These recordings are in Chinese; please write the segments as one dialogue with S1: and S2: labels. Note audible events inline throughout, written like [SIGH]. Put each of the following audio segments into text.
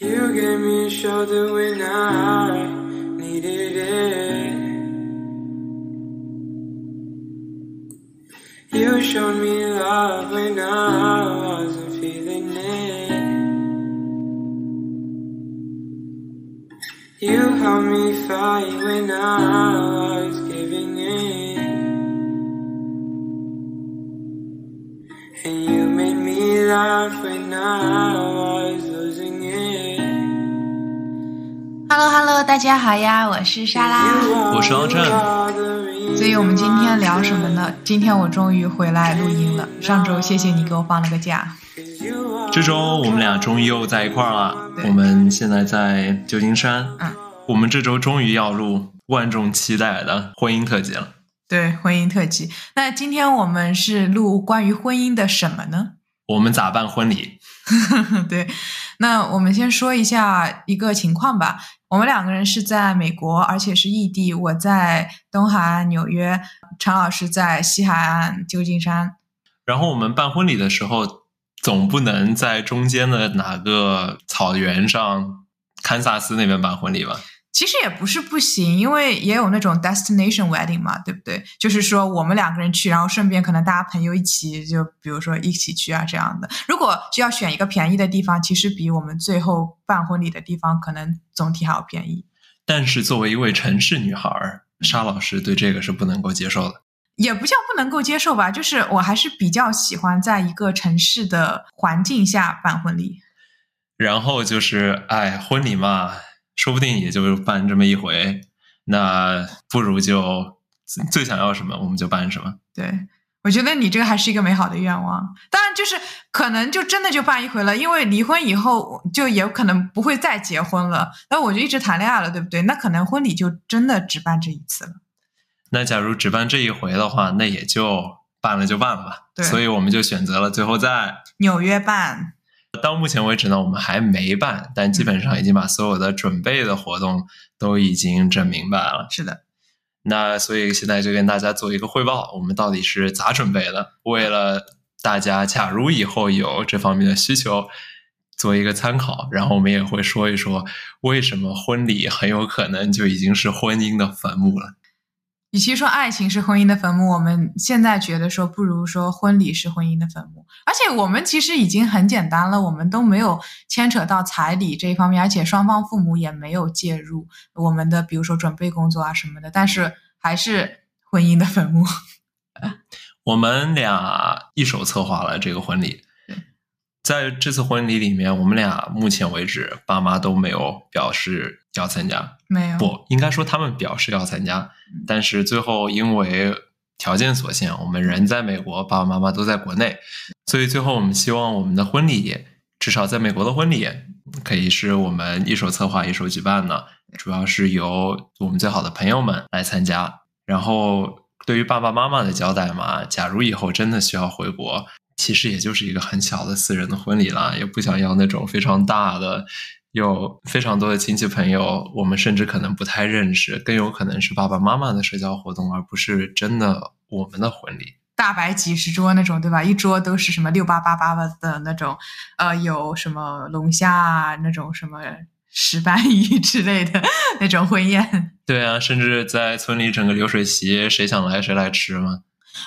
S1: me a shoulder when I needed it. You showed me love when I wasn't feeling it. You helped me fight when I was giving in. And you made me laugh when I was losing it.
S2: Hello Hello，大家好呀，我是莎拉。
S1: 我是王震。
S2: 所以我们今天聊什么呢？今天我终于回来录音了。上周谢谢你给我放了个假。
S1: 这
S3: 这周
S1: 周
S3: 我
S1: 我们
S3: 们俩
S1: 俩终
S3: 终于
S1: 于
S3: 又
S1: 又在
S3: 在
S1: 一
S3: 一
S1: 块
S3: 块
S1: 儿
S3: 儿了
S1: 了。。
S2: 对
S3: 我们现在在旧金山，
S2: 嗯
S3: 我们这周终于要录万众期待的婚姻特辑了。
S2: 对，婚姻特辑。那今天我们是录关于婚姻的什么呢？ [LAUGHS]
S3: 我们咋办婚礼？
S2: 对，那我们先说一下一个情况吧。我们两个人是在美国，而且是异地。我在东海岸纽约，常老师在西海岸旧金山。
S3: 然后我们办婚礼的时候，总不能在中间的哪个草原上，堪萨斯那边办婚礼吧？
S2: 其实也不是不行，因为也有那种 destination wedding 嘛，对不对？就是说我们两个人去，然后顺便可能大家朋友一起，就比如说一起去啊这样的。如果就要选一个便宜的地方，其实比我们最后办婚礼的地方可能总体还要便宜。
S3: 但是作为一位城市女孩儿，沙老师对这个是不能够接受的。
S2: 也不叫不能够接受吧，就是我还是比较喜欢在一个城市的环境下办婚礼。
S3: 然后就是，哎，婚礼嘛，说不定也就办这么一回，那不如就最想要什么我们就办什么。
S2: 对我觉得你这个还是一个美好的愿望，当然就是可能就真的就办一回了，因为离婚以后就也可能不会再结婚了。那我就一直谈恋爱了，对不对？那可能婚礼就真的只办这一次了。
S3: 那假如只办这一回的话，那也就办了就办了吧。
S2: 对
S3: 所以我们就选择了最后再。
S2: 纽约办，
S3: 到目前为止呢，我们还没办，但基本上已经把所有的准备的活动都已经整明白了。
S2: 是的，
S3: 那所以现在就跟大家做一个汇报，我们到底是咋准备的？为了大家，假如以后有这方面的需求，做一个参考。然后我们也会说一说，为什么婚礼很有可能就已经是婚姻的坟墓了。
S2: 与其说爱情是婚姻的坟墓，我们现在觉得说，不如说婚礼是婚姻的坟墓。而且我们其实已经很简单了，我们都没有牵扯到彩礼这一方面，而且双方父母也没有介入我们的，比如说准备工作啊什么的。但是还是婚姻的坟墓。
S3: 我们俩一手策划了这个婚礼
S2: 对。
S3: 在这次婚礼里面，我们俩目前为止，爸妈都没有表示要参加。
S2: 没有，
S3: 不应该说他们表示要参加，但是最后因为条件所限，我们人在美国，爸爸妈妈都在国内，所以最后我们希望我们的婚礼，至少在美国的婚礼，可以是我们一手策划一手举办的，主要是由我们最好的朋友们来参加。然后对于爸爸妈妈的交代嘛，假如以后真的需要回国，其实也就是一个很小的私人的婚礼啦，也不想要那种非常大的，有非常多的亲戚朋友，我们甚至可能不太认识，更有可能是爸爸妈妈的社交活动，而不是真的我们的婚礼。
S2: 大摆几十桌那种，对吧？一桌都是什么六八八八的那种，呃，有什么龙虾啊，那种什么石斑鱼之类的 [LAUGHS] 那种婚宴。
S3: 对啊，甚至在村里整个流水席，谁想来谁来吃嘛。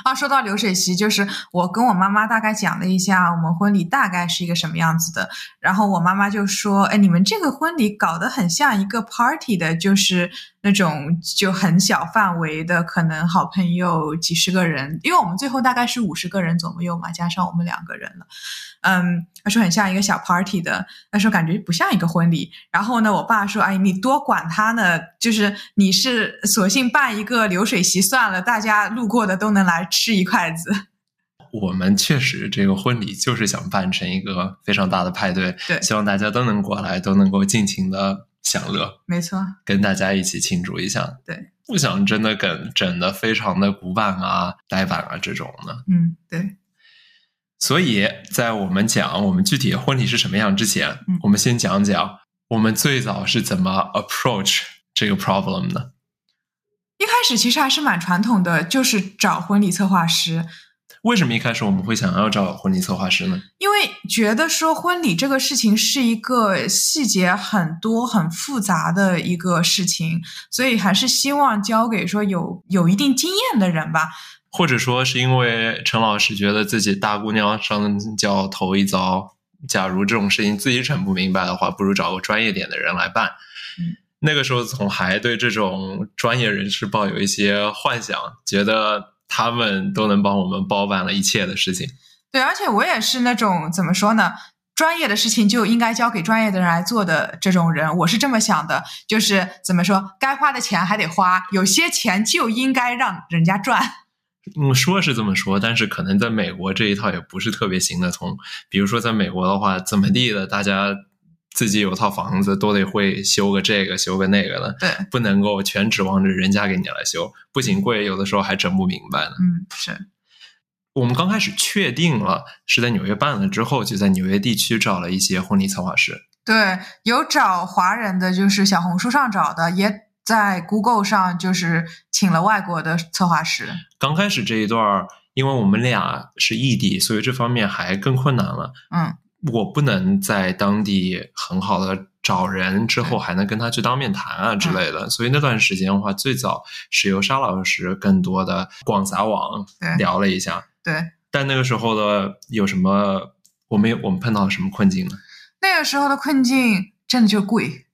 S2: 啊，说到流水席，就是我跟我妈妈大概讲了一下我们婚礼大概是一个什么样子的，然后我妈妈就说：“哎，你们这个婚礼搞得很像一个 party 的，就是那种就很小范围的，可能好朋友几十个人，因为我们最后大概是五十个人左右嘛，加上我们两个人了。”嗯，她说很像一个小 party 的，她说感觉不像一个婚礼。然后呢，我爸说：“哎，你多管他呢，就是你是索性办一个流水席算了，大家路过的都能来吃一筷子。
S3: 我们确实这个婚礼就是想办成一个非常大的派对，
S2: 对
S3: 希望大家都能过来，都能够尽情的享乐”，
S2: 没错，
S3: 跟大家一起庆祝一下。
S2: 对，
S3: 不想真的跟整的非常的古板啊、呆板啊这种的。
S2: 嗯，对，
S3: 所以在我们讲我们具体的婚礼是什么样之前，
S2: 嗯
S3: 我们先讲讲我们最早是怎么 approach 这个 problem 的。
S2: 一开始其实还是蛮传统的，就是找婚礼策划师。
S3: 为什么一开始我们会想要找婚礼策划师呢？
S2: 因为觉得说婚礼这个事情是一个细节很多、很复杂的一个事情，所以还是希望交给说有有一定经验的人吧。
S3: 或者说是因为陈老师觉得自己大姑娘上轿头一遭，假如这种事情自己整不明白的话，不如找个专业点的人来办。
S2: 嗯
S3: 那个时候总还对这种专业人士抱有一些幻想，觉得他们都能帮我们包办了一切的事情。
S2: 对，而且我也是那种怎么说呢？专业的事情就应该交给专业的人来做的这种人，我是这么想的，就是怎么说，该花的钱还得花，有些钱就应该让人家赚。
S3: 嗯，说是这么说，但是可能在美国这一套也不是特别行得通。比如说，在美国的话，怎么地的，大家自己有套房子，都得会修个这个，修个那个的，
S2: 对，
S3: 不能够全指望着人家给你来修，不仅贵，有的时候还整不明白呢。
S2: 嗯，是，
S3: 我们刚开始确定了是在纽约办了之后，就在纽约地区找了一些婚礼策划师。
S2: 对，有找华人的，就是小红书上找的，也在 Google 上就是请了外国的策划师。
S3: 刚开始这一段儿，因为我们俩是异地，所以这方面还更困难了。
S2: 嗯，
S3: 我不能在当地很好的找人，之后还能跟他去当面谈啊
S2: 嗯
S3: 之类的。所以那段时间的话，最早是由沙老师更多的广撒网
S2: 对
S3: 聊了一下。
S2: 对，
S3: 但那个时候的有什么？我们有我们碰到了什么困境呢？
S2: 那个时候的困境真的就贵，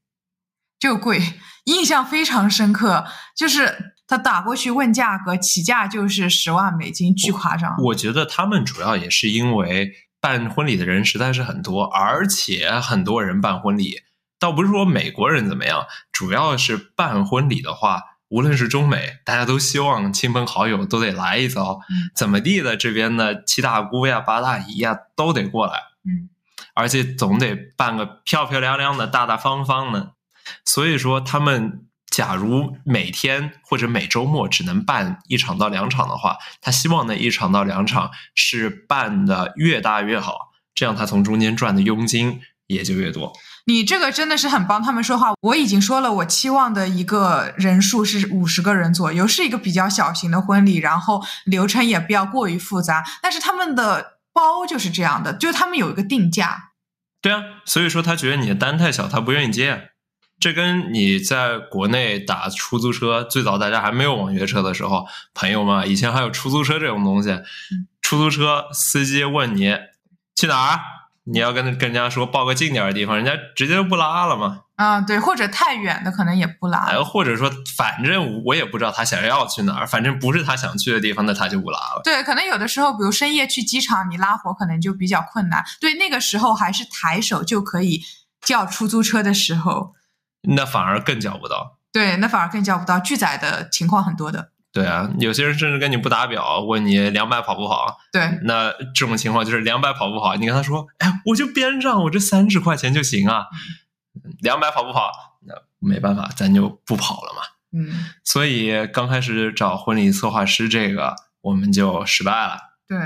S2: 就贵，印象非常深刻。就是他打过去问价格，起价就是十万美金，巨夸张。
S3: 我觉得他们主要也是因为办婚礼的人实在是很多，而且很多人办婚礼，倒不是说美国人怎么样，主要是办婚礼的话，无论是中美，大家都希望亲朋好友都得来一遭，
S2: 嗯
S3: 怎么地的，这边的七大姑呀、八大姨呀都得过来，
S2: 嗯，
S3: 而且总得办个漂漂亮亮的、大大方方的。所以说，他们假如每天或者每周末只能办一场到两场的话，他希望那一场到两场是办的越大越好，这样他从中间赚的佣金也就越多。
S2: 你这个真的是很帮他们说话。我已经说了，我期望的一个人数是五十个人左右，是一个比较小型的婚礼，然后流程也不要过于复杂。但是他们的包就是这样的，就是他们有一个定价。
S3: 对啊，所以说他觉得你的单太小，他不愿意接啊。这跟你在国内打出租车，最早大家还没有网约车的时候，朋友们啊以前还有出租车这种东西，出租车司机问你去哪儿，你要跟跟人家说报个近点儿的地方，人家直接就不拉了嘛。
S2: 啊，对，或者太远的可能也不拉。
S3: 哎，或者说反正我也不知道他想要去哪儿，反正不是他想去的地方，那他就不拉了。
S2: 对，可能有的时候，比如深夜去机场，你拉活可能就比较困难。对，那个时候还是抬手就可以叫出租车的时候，
S3: 那反而更叫不到。
S2: 对，那反而更叫不到。拒载的情况很多的，
S3: 对啊，有些人甚至跟你不打表，问你两百跑不跑。
S2: 对
S3: 那这种情况就是两百跑不跑，你跟他说，哎，我就边上，我这三十块钱就行啊，两百跑不跑？那没办法，咱就不跑了嘛。
S2: 嗯，
S3: 所以刚开始找婚礼策划师这个，我们就失败了。
S2: 对，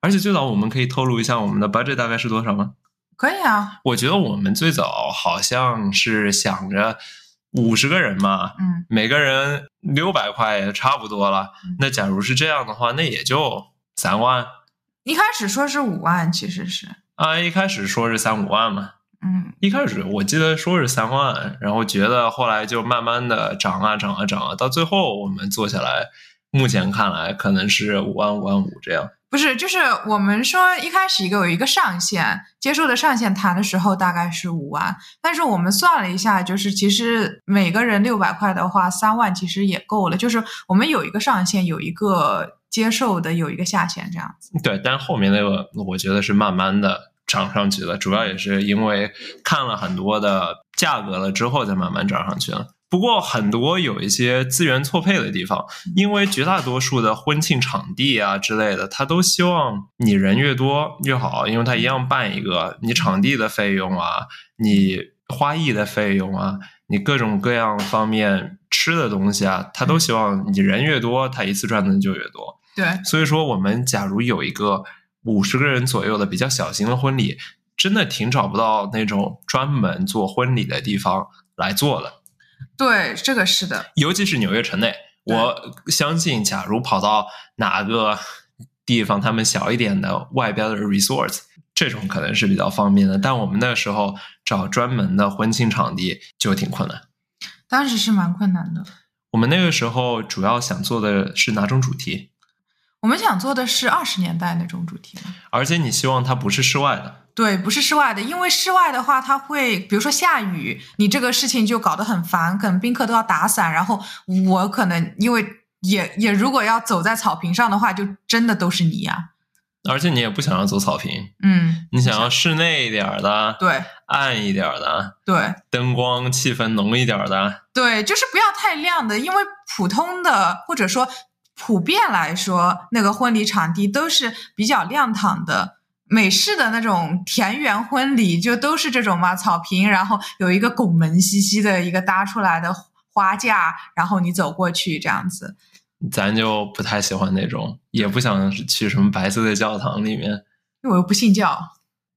S3: 而且最早我们可以透露一下我们的 budget 大概是多少吗？
S2: 可以啊，
S3: 我觉得我们最早好像是想着五十个人嘛，
S2: 嗯，
S3: 每个人六百块也差不多了
S2: 嗯。
S3: 那假如是这样的话，那也就三万
S2: 一开始说是五万，其实是，
S3: 啊。一开始说是三五万嘛，
S2: 嗯，
S3: 一开始我记得说是三万，然后觉得后来就慢慢的涨啊涨啊涨啊，到最后我们做下来，目前看来可能是五万五万五这样。
S2: 不是，就是我们说一开始一个有一个上限，接受的上限谈的时候大概是五万，但是我们算了一下，就是其实每个人六百块的话，三万其实也够了。就是我们有一个上限，有一个接受的，有一个下限，这样子。
S3: 对，但后面那个我觉得是慢慢的涨上去的，主要也是因为看了很多的价格了之后再慢慢涨上去了。不过很多有一些资源错配的地方，因为绝大多数的婚庆场地啊之类的，他都希望你人越多越好，因为他一样办一个，你场地的费用啊，你花艺的费用啊，你各种各样方面吃的东西啊，他都希望你人越多，他一次赚的就越多。
S2: 对，
S3: 所以说，我们假如有一个五十个人左右的比较小型的婚礼，真的挺找不到那种专门做婚礼的地方来做的，
S2: 对，这个是的，
S3: 尤其是纽约城内。
S2: 对
S3: 我相信，假如跑到哪个地方，他们小一点的外边的 resort，这种可能是比较方便的。但我们那时候找专门的婚庆场地就挺困难。
S2: 当时是蛮困难的。
S3: 我们那个时候主要想做的是哪种主题？
S2: 我们想做的是二十年代那种主题嘛
S3: 而且你希望它不是室外的，
S2: 对，不是室外的，因为室外的话，它会比如说下雨，你这个事情就搞得很烦，可能宾客都要打伞，然后我可能因为也也如果要走在草坪上的话，就真的都是泥呀、
S3: 而且你也不想要走草坪，
S2: 嗯，
S3: 你想要室内一点儿的，
S2: 对
S3: 暗一点儿的，
S2: 对
S3: 灯光气氛浓一点儿的，
S2: 对，就是不要太亮的，因为普通的或者说普遍来说，那个婚礼场地都是比较亮堂的。美式的那种田园婚礼就都是这种嘛，草坪，然后有一个拱门兮兮的一个搭出来的花架，然后你走过去这样子。
S3: 咱就不太喜欢那种，也不想去什么白色的教堂里面，
S2: 因为我又不信教，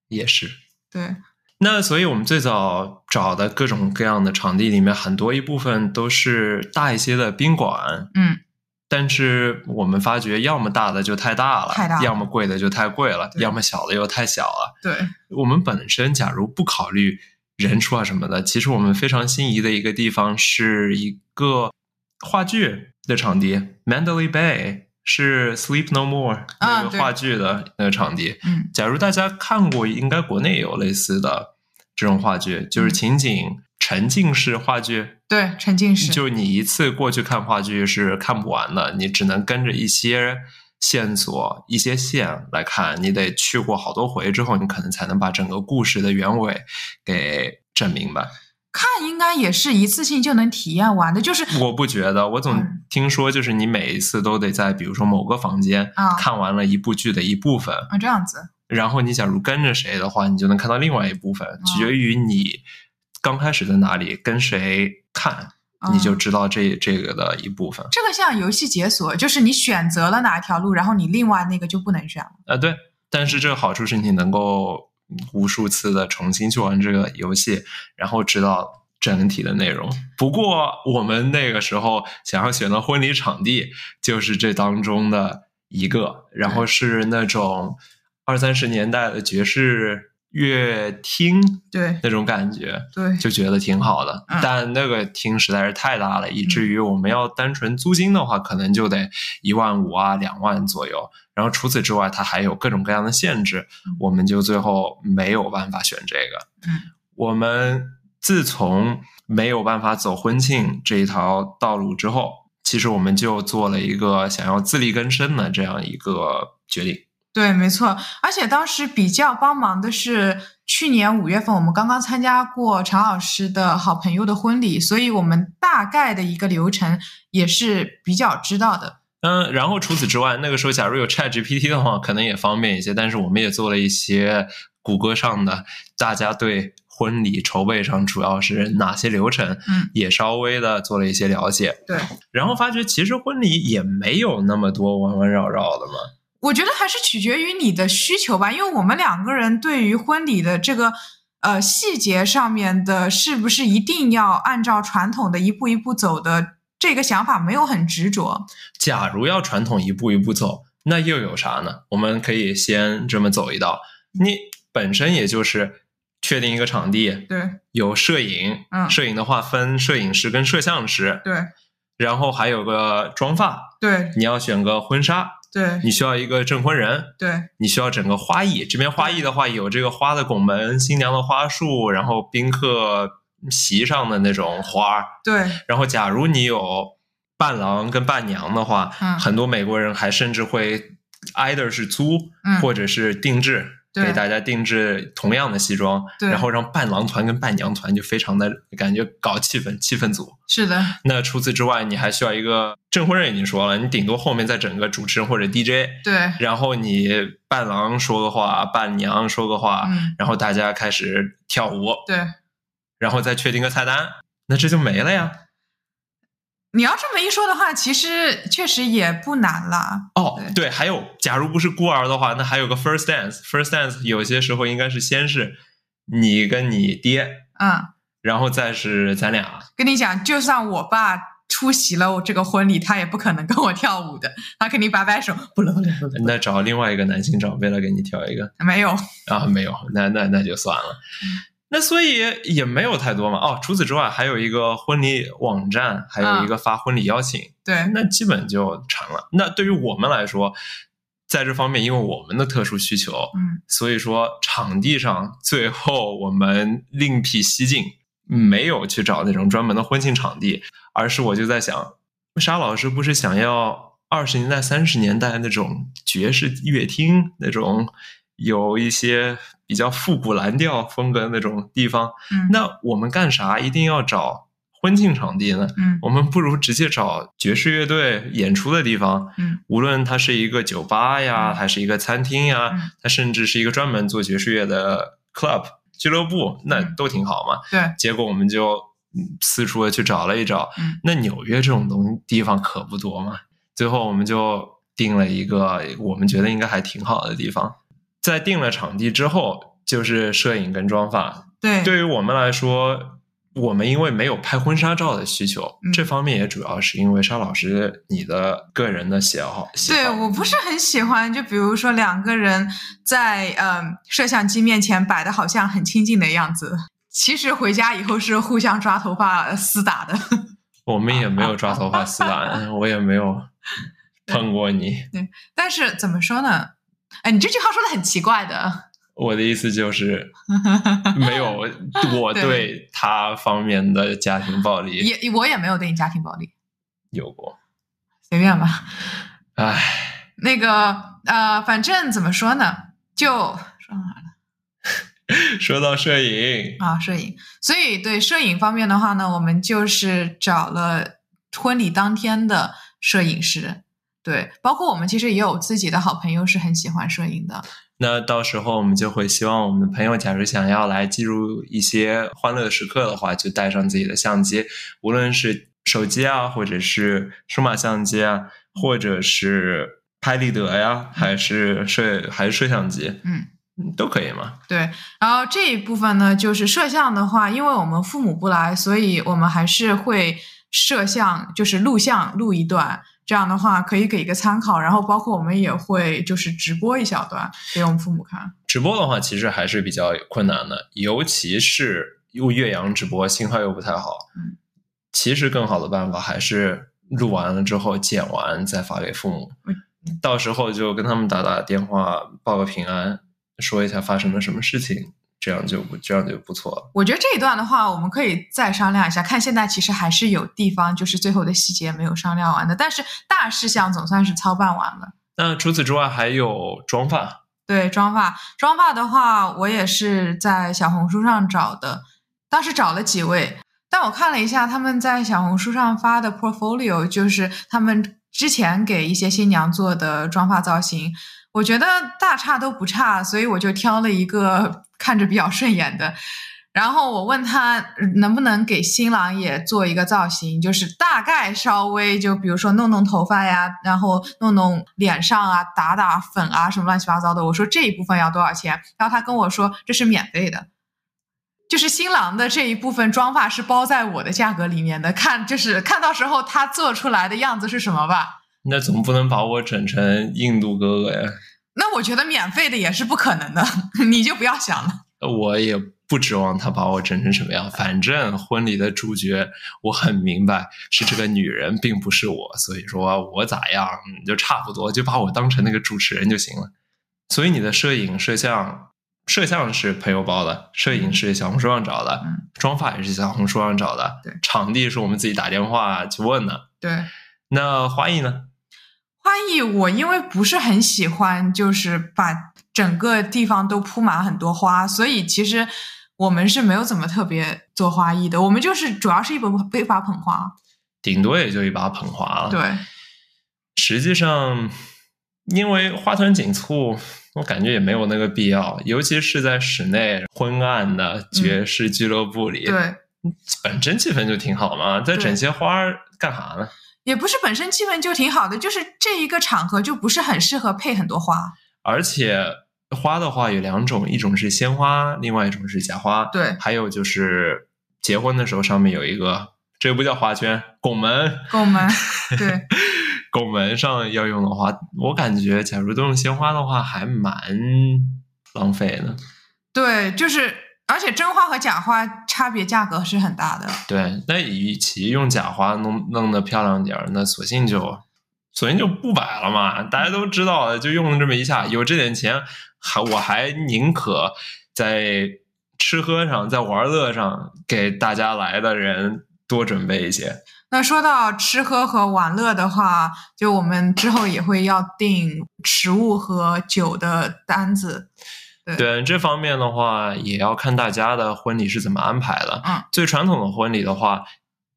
S3: 也是。
S2: 对，
S3: 那所以我们最早找的各种各样的场地里面，很多一部分都是大一些的宾馆，
S2: 嗯，
S3: 但是我们发觉，要么大的就太大了，
S2: 太大了
S3: 要么贵的就太贵了，
S2: 对
S3: 要么小的又太小了。
S2: 对，
S3: 我们本身假如不考虑人数啊什么的，其实我们非常心仪的一个地方是一个话剧的场地，Mandalay Bay 是《Sleep No More》
S2: 啊
S3: 那个
S2: 对
S3: 话剧的那个场地。
S2: 嗯
S3: 假如大家看过，应该国内也有类似的这种话剧，就是
S2: 嗯
S3: 情景沉浸式话剧，
S2: 对，沉浸式，
S3: 就你一次过去看话剧是看不完的，你只能跟着一些线索、一些线来看，你得去过好多回之后，你可能才能把整个故事的原委给整明白。
S2: 看应该也是一次性就能体验完的，就是
S3: 我不觉得，我总
S2: 嗯
S3: 听说就是你每一次都得在比如说某个房间
S2: 啊
S3: 看完了一部剧的一部分，
S2: 啊这样子，
S3: 然后你假如跟着谁的话，你就能看到另外一部分，
S2: 啊
S3: 取决于你刚开始在哪里跟谁看，
S2: 啊
S3: 你就知道这这个的一部分。
S2: 这个像游戏解锁，就是你选择了哪条路，然后你另外那个就不能选了。
S3: 啊，对，但是这个好处是你能够无数次的重新去玩这个游戏，然后知道整体的内容。不过我们那个时候想要选择婚礼场地，就是这当中的一个，然后是那种二三十年代的爵士乐厅
S2: 对
S3: 那种感觉。
S2: 对
S3: 就觉得挺好的
S2: 嗯，
S3: 但那个厅实在是太大了，以至于我们要单纯租金的话，可能就得一万五啊、两万左右。然后除此之外，它还有各种各样的限制
S2: 嗯，
S3: 我们就最后没有办法选这个。
S2: 嗯，
S3: 我们自从没有办法走婚庆这一条道路之后，其实我们就做了一个想要自力更生的这样一个决定。
S2: 对，没错。而且当时比较帮忙的是，去年五月份我们刚刚参加过常老师的好朋友的婚礼，所以我们大概的一个流程也是比较知道的。
S3: 嗯，然后除此之外，那个时候假如有 Chat GPT 的话，可能也方便一些。但是我们也做了一些谷歌上的，大家对婚礼筹备上主要是哪些流程，
S2: 嗯，
S3: 也稍微的做了一些了解。
S2: 对，
S3: 然后发觉其实婚礼也没有那么多弯弯绕绕的嘛。
S2: 我觉得还是取决于你的需求吧，因为我们两个人对于婚礼的这个呃细节上面的，是不是一定要按照传统的一步一步走的这个想法没有很执着。
S3: 假如要传统一步一步走，那又有啥呢？我们可以先这么走一道。你本身也就是确定一个场地，
S2: 对
S3: 有摄影，
S2: 嗯
S3: 摄影的话分摄影师跟摄像师，
S2: 对
S3: 然后还有个妆发，
S2: 对
S3: 你要选个婚纱，
S2: 对
S3: 你需要一个证婚人，
S2: 对
S3: 你需要整个花艺。这边花艺的话，有这个花的拱门、新娘的花束，然后宾客席上的那种花儿。
S2: 对
S3: 然后，假如你有伴郎跟伴娘的话，
S2: 嗯
S3: 很多美国人还甚至会 either 是租、
S2: 嗯
S3: 或者是定制。
S2: 对
S3: 给大家定制同样的西装，
S2: 对
S3: 然后让伴郎团跟伴娘团就非常的感觉搞气氛，气氛组。
S2: 是的，
S3: 那除此之外，你还需要一个证婚人，已经说了，你顶多后面再整个主持人或者 DJ，
S2: 对
S3: 然后你伴郎说个话，伴娘说个话，
S2: 嗯
S3: 然后大家开始跳舞，
S2: 对。
S3: 然后再确定个菜单，那这就没了呀。
S2: 你要这么一说的话，其实确实也不难啦。
S3: 哦，对，还有，假如不是孤儿的话，那还有个 first dance，first dance 有些时候应该是先是你跟你爹，
S2: 嗯，
S3: 然后再是咱俩，
S2: 跟你讲，就算我爸出席了我这个婚礼，他也不可能跟我跳舞的，他肯定摆摆手，不了不了不了，
S3: 那找另外一个男性长辈来给你跳一个
S2: 没有，
S3: 啊？没有，那那那就算了。那所以也没有太多嘛。哦，除此之外还有一个婚礼网站，还有一个发婚礼邀请，
S2: 对，
S3: 那基本就馋了。那对于我们来说，在这方面，因为我们的特殊需求，
S2: 嗯，
S3: 所以说场地上最后我们另辟蹊径，没有去找那种专门的婚庆场地，而是我就在想，沙老师不是想要二十年代、三十年代那种爵士乐厅那种。有一些比较复古蓝调风格的那种地方，
S2: 嗯，
S3: 那我们干啥一定要找婚庆场地呢？
S2: 嗯
S3: 我们不如直接找爵士乐队演出的地方，
S2: 嗯
S3: 无论它是一个酒吧呀，
S2: 嗯
S3: 还是一个餐厅呀，
S2: 嗯
S3: 它甚至是一个专门做爵士乐的 club 俱乐部，那
S2: 嗯
S3: 都挺好嘛。
S2: 对，
S3: 结果我们就嗯四处地去找了一找，
S2: 嗯
S3: 那纽约这种东地方可不多嘛。最后我们就定了一个我们觉得应该还挺好的地方，在定了场地之后，就是摄影跟妆发
S2: [LAUGHS] 对，
S3: 对于我们来说，我们因为没有拍婚纱照的需求，
S2: 嗯
S3: 这方面也主要是因为沙老师你的个人的喜好。喜好
S2: 对，我不是很喜欢，就比如说两个人在嗯摄像机面前摆的好像很亲近的样子，其实回家以后是互相抓头发厮打的。 [LAUGHS]
S3: 我们也没有抓头发丝兰， [LAUGHS] 我也
S2: [LAUGHS]
S3: 没有碰过你。
S2: 但是怎么说呢？哎，你这句话说的很奇怪的。
S3: 我的意
S2: [LAUGHS]
S3: 思就是，没有我对他方面的家庭暴力
S2: 也我也没有对你家庭暴力，
S3: 有过。
S2: 随便吧。
S3: 唉，
S2: 那个呃，反正怎么说呢，就说到哪了
S3: 说到摄影，
S2: 啊？摄影。所以对摄影方面的话呢，我们就是找了婚礼当天的摄影师。对，包括我们其实也有自己的好朋友是很喜欢摄影的，
S3: 那到时候我们就会希望我们的朋友，假如想要来记录一些欢乐的时刻的话，就带上自己的相机，无论是手机啊，或者是数码相机啊，或者是拍立得呀，还是摄还是摄像机，
S2: 嗯，
S3: 都可以嘛。
S2: 对，然后这一部分呢，就是摄像的话，因为我们父母不来，所以我们还是会摄像，就是录像录一段。这样的话可以给一个参考，然后包括我们也会就是直播一小段给我们父母看。
S3: 直播的话，其实还是比较困难的，尤其是用岳阳直播，信号又不太好。
S2: 嗯，
S3: 其实更好的办法还是录完了之后剪完再发给父母
S2: 嗯，
S3: 到时候就跟他们打打电话报个平安，说一下发生了什么事情，这样就不这样就不错了。
S2: 我觉得这一段的话，我们可以再商量一下，看现在其实还是有地方就是最后的细节没有商量完的，但是大事项总算是操办完了。
S3: 那除此之外还有妆发，
S2: 对妆发，妆发的话，我也是在小红书上找的，当时找了几位，但我看了一下他们在小红书上发的 portfolio，就是他们之前给一些新娘做的妆发造型，我觉得大差都不差，所以我就挑了一个 [LAUGHS] 看着比较顺眼的。然后我问他嗯能不能给新郎也做一个造型，就是大概稍微就比如说弄弄头发呀，然后弄弄脸上啊，打打粉啊，什么乱七八糟的。我说这一部分要多少钱？然后他跟我说这是免费的，就是新郎的这一部分妆发是包在我的价格里面的，看就是看到时候他做出来的样子是什么吧。
S3: 那总不能把我整成印度哥哥呀？
S2: 那我觉得免费的也是不可能的， [LAUGHS] 你就不要想了。
S3: 我也不指望他把我整成什么样，反正婚礼的主角我很明白是这个女人，并不是我，所以说我咋样嗯就差不多，就把我当成那个主持人就行了。所以你的摄影、摄像，摄像是朋友包的，摄影是小红书上找的
S2: 嗯，
S3: 妆发也是小红书上找的
S2: 对，
S3: 场地是我们自己打电话去问的。
S2: 对。
S3: 那花艺呢？
S2: 花艺我因为不是很喜欢，就是把整个地方都铺满很多花，所以其实我们是没有怎么特别做花艺的。我们就是主要是一把一把捧花，
S3: 顶多也就一把捧花了。
S2: 对，
S3: 实际上，因为花团锦簇，我感觉也没有那个必要，尤其是在室内昏暗的爵士俱乐部里，
S2: 嗯对，
S3: 本身气氛就挺好嘛，再
S2: 对
S3: 整些花儿干啥呢？
S2: 也不是本身气氛就挺好的，就是这一个场合就不是很适合配很多花。
S3: 而且花的话有两种，一种是鲜花，另外一种是假花，
S2: 对
S3: 还有就是结婚的时候上面有一个这不叫划圈，拱门，
S2: 拱门，对，
S3: 拱门上要用的话，我感觉假如都用鲜花的话，还蛮浪费的。
S2: 对，就是，而且真花和假花差别价格是很大的。
S3: 对，那与其用假花弄弄得漂亮点儿，那索性就索性就不摆了嘛，大家都知道了，就用了这么一下，有这点钱，还我还宁可在吃喝上，在玩乐上给大家来的人多准备一些。
S2: 那说到吃喝和玩乐的话，就我们之后也会要订食物和酒的单子。
S3: 对这方面的话，也要看大家的婚礼是怎么安排的。
S2: 嗯，
S3: 最传统的婚礼的话，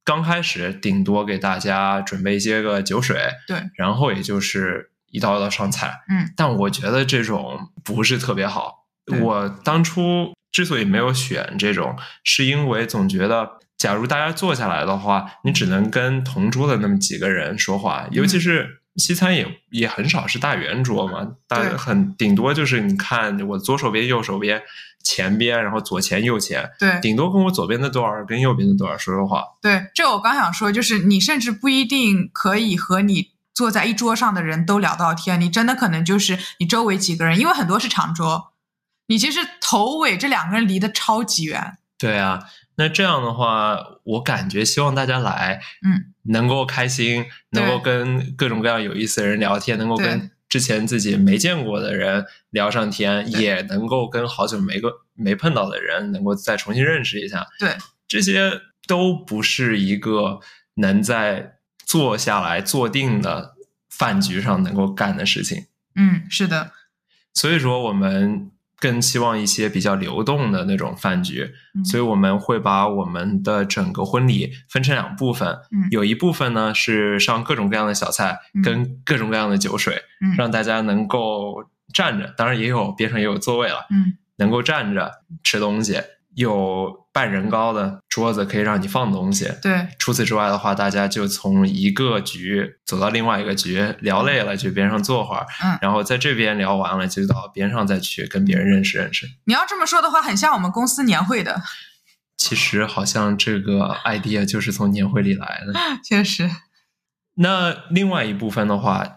S3: 刚开始顶多给大家准备一些个酒水，
S2: 对，
S3: 然后也就是一道一道上菜。
S2: 嗯，
S3: 但我觉得这种不是特别好
S2: 对。
S3: 我当初之所以没有选这种，是因为总觉得。假如大家坐下来的话，你只能跟同桌的那么几个人说话，尤
S2: 嗯
S3: 其是西餐也也很少是大圆桌嘛，大
S2: 对
S3: 很顶多就是你看我左手边、右手边、前边，然后左前、右前，
S2: 对
S3: 顶多跟我左边的多少跟右边的多少说说话，
S2: 对，这我刚想说，就是你甚至不一定可以和你坐在一桌上的人都聊到天，你真的可能就是你周围几个人，因为很多是长桌，你其实头尾这两个人离得超级远。
S3: 对啊，那这样的话，我感觉希望大家来，
S2: 嗯，
S3: 能够开心，
S2: 对
S3: 能够跟各种各样有意思的人聊天，能够
S2: 对
S3: 跟之前自己没见过的人聊上天，
S2: 对
S3: 也能够跟好久没个没碰到的人能够再重新认识一下。
S2: 对，
S3: 这些都不是一个能在坐下来坐定的饭局上能够干的事情。
S2: 嗯，是的，
S3: 所以说我们更期望一些比较流动的那种饭局，
S2: 嗯
S3: 所以我们会把我们的整个婚礼分成两部分，
S2: 嗯
S3: 有一部分呢是上各种各样的小菜
S2: 嗯
S3: 跟各种各样的酒水，
S2: 嗯
S3: 让大家能够站着，当然也有边上也有座位了，
S2: 嗯
S3: 能够站着吃东西，有半人高的桌子可以让你放东西，
S2: 对
S3: 除此之外的话，大家就从一个局走到另外一个局，聊累了就边上坐会儿，
S2: 嗯
S3: 然后在这边聊完了就到边上再去跟别人认识认识。
S2: 你要这么说的话，很像我们公司年会的， [LAUGHS]
S3: 其实好像这个 idea 就是从年会里来的。
S2: 确实，
S3: 那另外一部分的话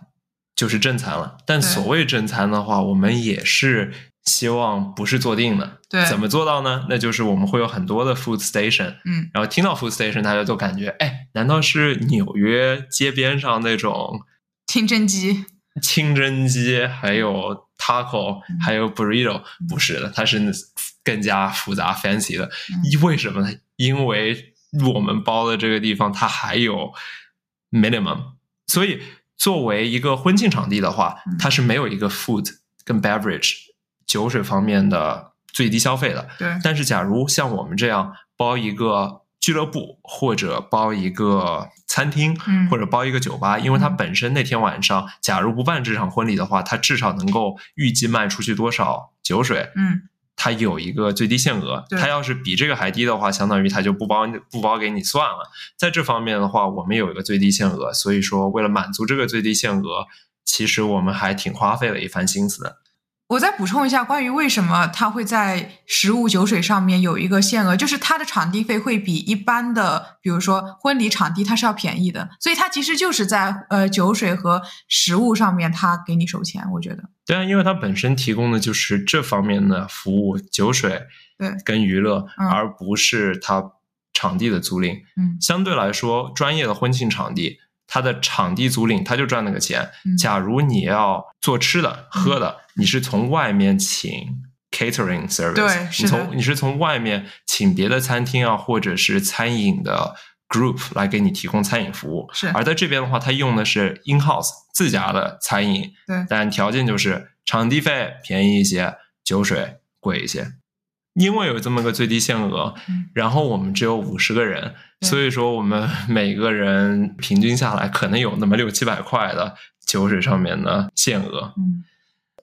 S3: 就是正餐了，但
S2: 对
S3: 所谓正餐的话，我们也是希望不是坐定的。
S2: 对
S3: 怎么做到呢？那就是我们会有很多的 food station，
S2: 嗯，
S3: 然后听到 food station，大家都感觉，哎，难道是纽约街边上那种
S2: 清蒸鸡，
S3: 清蒸鸡，还有 taco，
S2: 嗯
S3: 还有 burrito，不是的，它是更加复杂 fancy 的
S2: 嗯。
S3: 因为什么呢？因为我们包的这个地方它还有 minimum，所以作为一个婚庆场地的话
S2: 嗯，
S3: 它是没有一个 food 跟 beverage 酒水方面的最低消费的。
S2: 对
S3: 但是假如像我们这样包一个俱乐部，或者包一个餐厅，
S2: 嗯
S3: 或者包一个酒吧，因为它
S2: 嗯
S3: 本身那天晚上，假如不办这场婚礼的话，它至少能够预计卖出去多少酒水，
S2: 嗯，
S3: 它有一个最低限额。
S2: 对
S3: 它要是比这个还低的话，相当于它就不包不包给你算了。在这方面的话，我们有一个最低限额，所以说为了满足这个最低限额，其实我们还挺花费了一番心思的。
S2: 我再补充一下，关于为什么它会在食物酒水上面有一个限额，就是它的场地费会比一般的，比如说婚礼场地，它是要便宜的，所以它其实就是在呃酒水和食物上面，它给你收钱。我觉得，
S3: 对啊，因为它本身提供的就是这方面的服务，酒水
S2: 对
S3: 跟娱乐，
S2: 嗯
S3: 而不是它场地的租赁。
S2: 嗯
S3: 相对来说，专业的婚庆场地，它的场地租赁它就赚那个钱。
S2: 嗯
S3: 假如你要做吃的、喝的，你是从外面请 catering service，
S2: 对是的
S3: 你从你是从外面请别的餐厅啊，或者是餐饮的 group 来给你提供餐饮服务。
S2: 是
S3: 而在这边的话，它用的是 in house 自家的餐饮，
S2: 对
S3: 但条件就是场地费便宜一些，酒水贵一些。因为有这么个最低限额，
S2: 嗯
S3: 然后我们只有五十个人，
S2: 对
S3: 所以说我们每个人平均下来可能有那么六七百块的酒水上面的限额
S2: 嗯，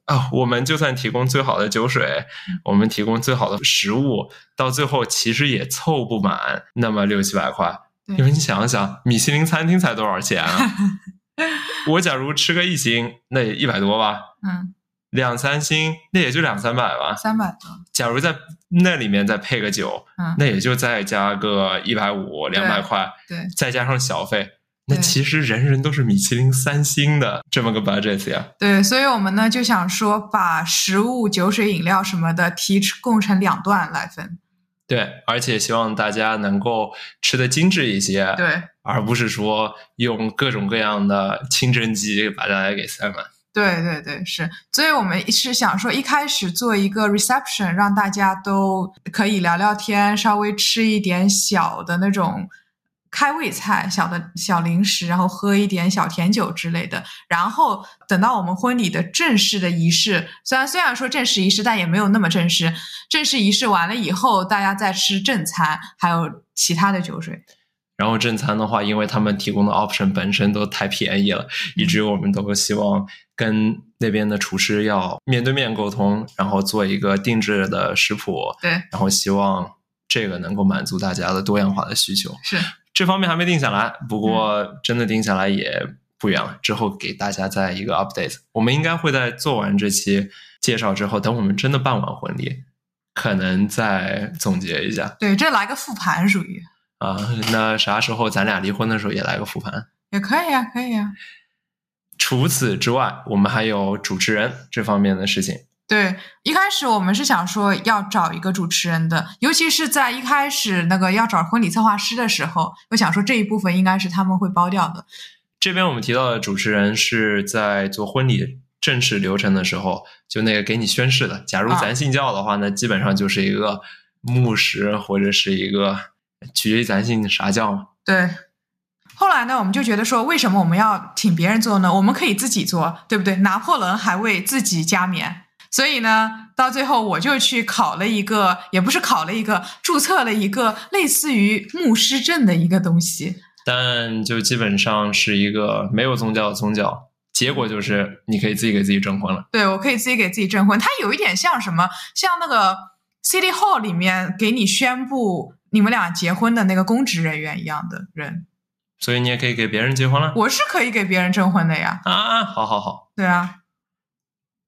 S3: 啊。我们就算提供最好的酒水，
S2: 嗯
S3: 我们提供最好的食物，到最后其实也凑不满那么六七百块。
S2: 对
S3: 因为你想想，米其林餐厅才 [LAUGHS] 多少钱啊？我假如吃个一星，那也一百多吧。
S2: 嗯
S3: 两三星，那也就两三百吧。
S2: 三百多，
S3: 假如在那里面再配个酒，
S2: 嗯，
S3: 那也就再加个一百五、两百块，
S2: 对，
S3: 再加上小费，那
S2: 对
S3: 其实人人都是米其林三星的这么个 budget 呀。
S2: 对，所以我们呢就想说，把食物、酒水、饮料什么的提供成两段来分。
S3: 对，而且希望大家能够吃的精致一些，，
S2: 对
S3: 而不是说用各种各样的清蒸机把大家给塞满。
S2: 对对对，是。所以我们是想说，一开始做一个 reception，让大家都可以聊聊天，稍微吃一点小的那种。开胃菜、小的小零食，然后喝一点小甜酒之类的。然后等到我们婚礼的正式的仪式，虽然虽然说正式仪式，但也没有那么正式。正式仪式完了以后，大家再吃正餐，还有其他的酒水。
S3: 然后正餐的话，因为他们提供的 option 本身都太便宜了，以至于我们都希望跟那边的厨师要面对面沟通，然后做一个定制的食谱，
S2: 对，
S3: 然后希望这个能够满足大家的多样化的需求。
S2: 是
S3: 这方面还没定下来，不过真的定下来也不远了。之后给大家再一个 update，我们应该会在做完这期介绍之后，等我们真的办完婚礼，可能再总结一下
S2: 对，这来个复盘属于
S3: 啊。那啥时候咱俩离婚的时候也来个复盘。
S2: 也可以啊，可以啊。
S3: 除此之外，我们还有主持人这方面的事情。
S2: 对，一开始我们是想说要找一个主持人的，尤其是在一开始那个要找婚礼策划师的时候，我想说这一部分应该是他们会包掉的。
S3: 这边我们提到的主持人是在做婚礼正式流程的时候，就那个给你宣誓的。假如
S2: 啊
S3: 咱信教的话呢，基本上就是一个牧师或者是一个，取决于咱信啥教嘛。
S2: 对。后来呢，我们就觉得说，为什么我们要请别人做呢？我们可以自己做，对不对？拿破仑还为自己加冕，所以呢，到最后我就去考了一个，也不是考了一个，注册了一个类似于牧师证的一个东西。
S3: 但就基本上是一个没有宗教的宗教，结果就是你可以自己给自己征婚了。
S2: 对我可以自己给自己证婚。它有一点像什么，像那个 City Hall 里面给你宣布你们俩结婚的那个公职人员一样的人，
S3: 所以你也可以给别人结婚了
S2: 我是可以给别人证婚的呀。
S3: 啊！好好好，
S2: 对啊，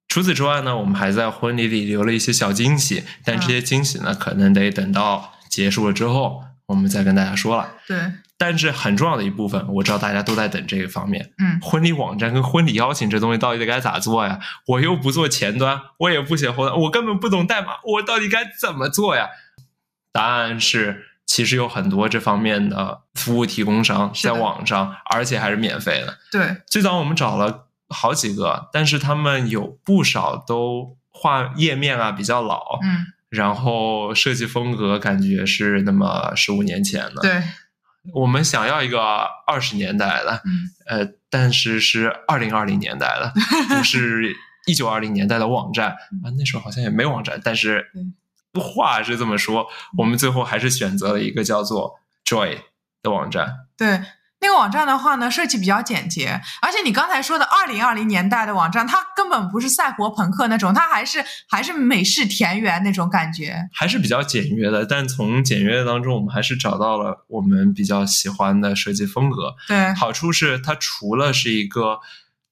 S3: 除此之外呢，我们还在婚礼里留了一些小惊喜，但这些惊喜呢，可能得等到结束了之后，我们再跟大家说了。
S2: 对，
S3: 但是很重要的一部分，我知道大家都在等这个方面，
S2: 嗯，
S3: 婚礼网站跟婚礼邀请这东西到底该咋做呀？我又不做前端，我也不写后端，我根本不懂代码，我到底该怎么做呀？答案是，其实有很多这方面的服务提供商
S2: 是
S3: 在
S2: 的
S3: 网上，而且还是免费的。
S2: 对，
S3: 最早我们找了好几个，但是他们有不少都画页面啊比较老，
S2: 嗯，
S3: 然后设计风格感觉是那么十五年前的。，
S2: 对，
S3: 我们想要一个二十年代的，
S2: 嗯，
S3: 呃，但是是二零二零年代
S2: [LAUGHS]
S3: 的，不是一九二零年代的网站啊。那时候好像也没网站，但是
S2: 嗯
S3: 话是这么说，我们最后还是选择了一个叫做 Joy 的网站。
S2: 对。那个网站的话呢，设计比较简洁，而且你刚才说的二零二零年代的网站，它根本不是赛博朋克那种，它还是还是美式田园那种感觉。
S3: 还是比较简约的，但从简约当中，我们还是找到了我们比较喜欢的设计风格。
S2: 对，
S3: 好处是，它除了是一个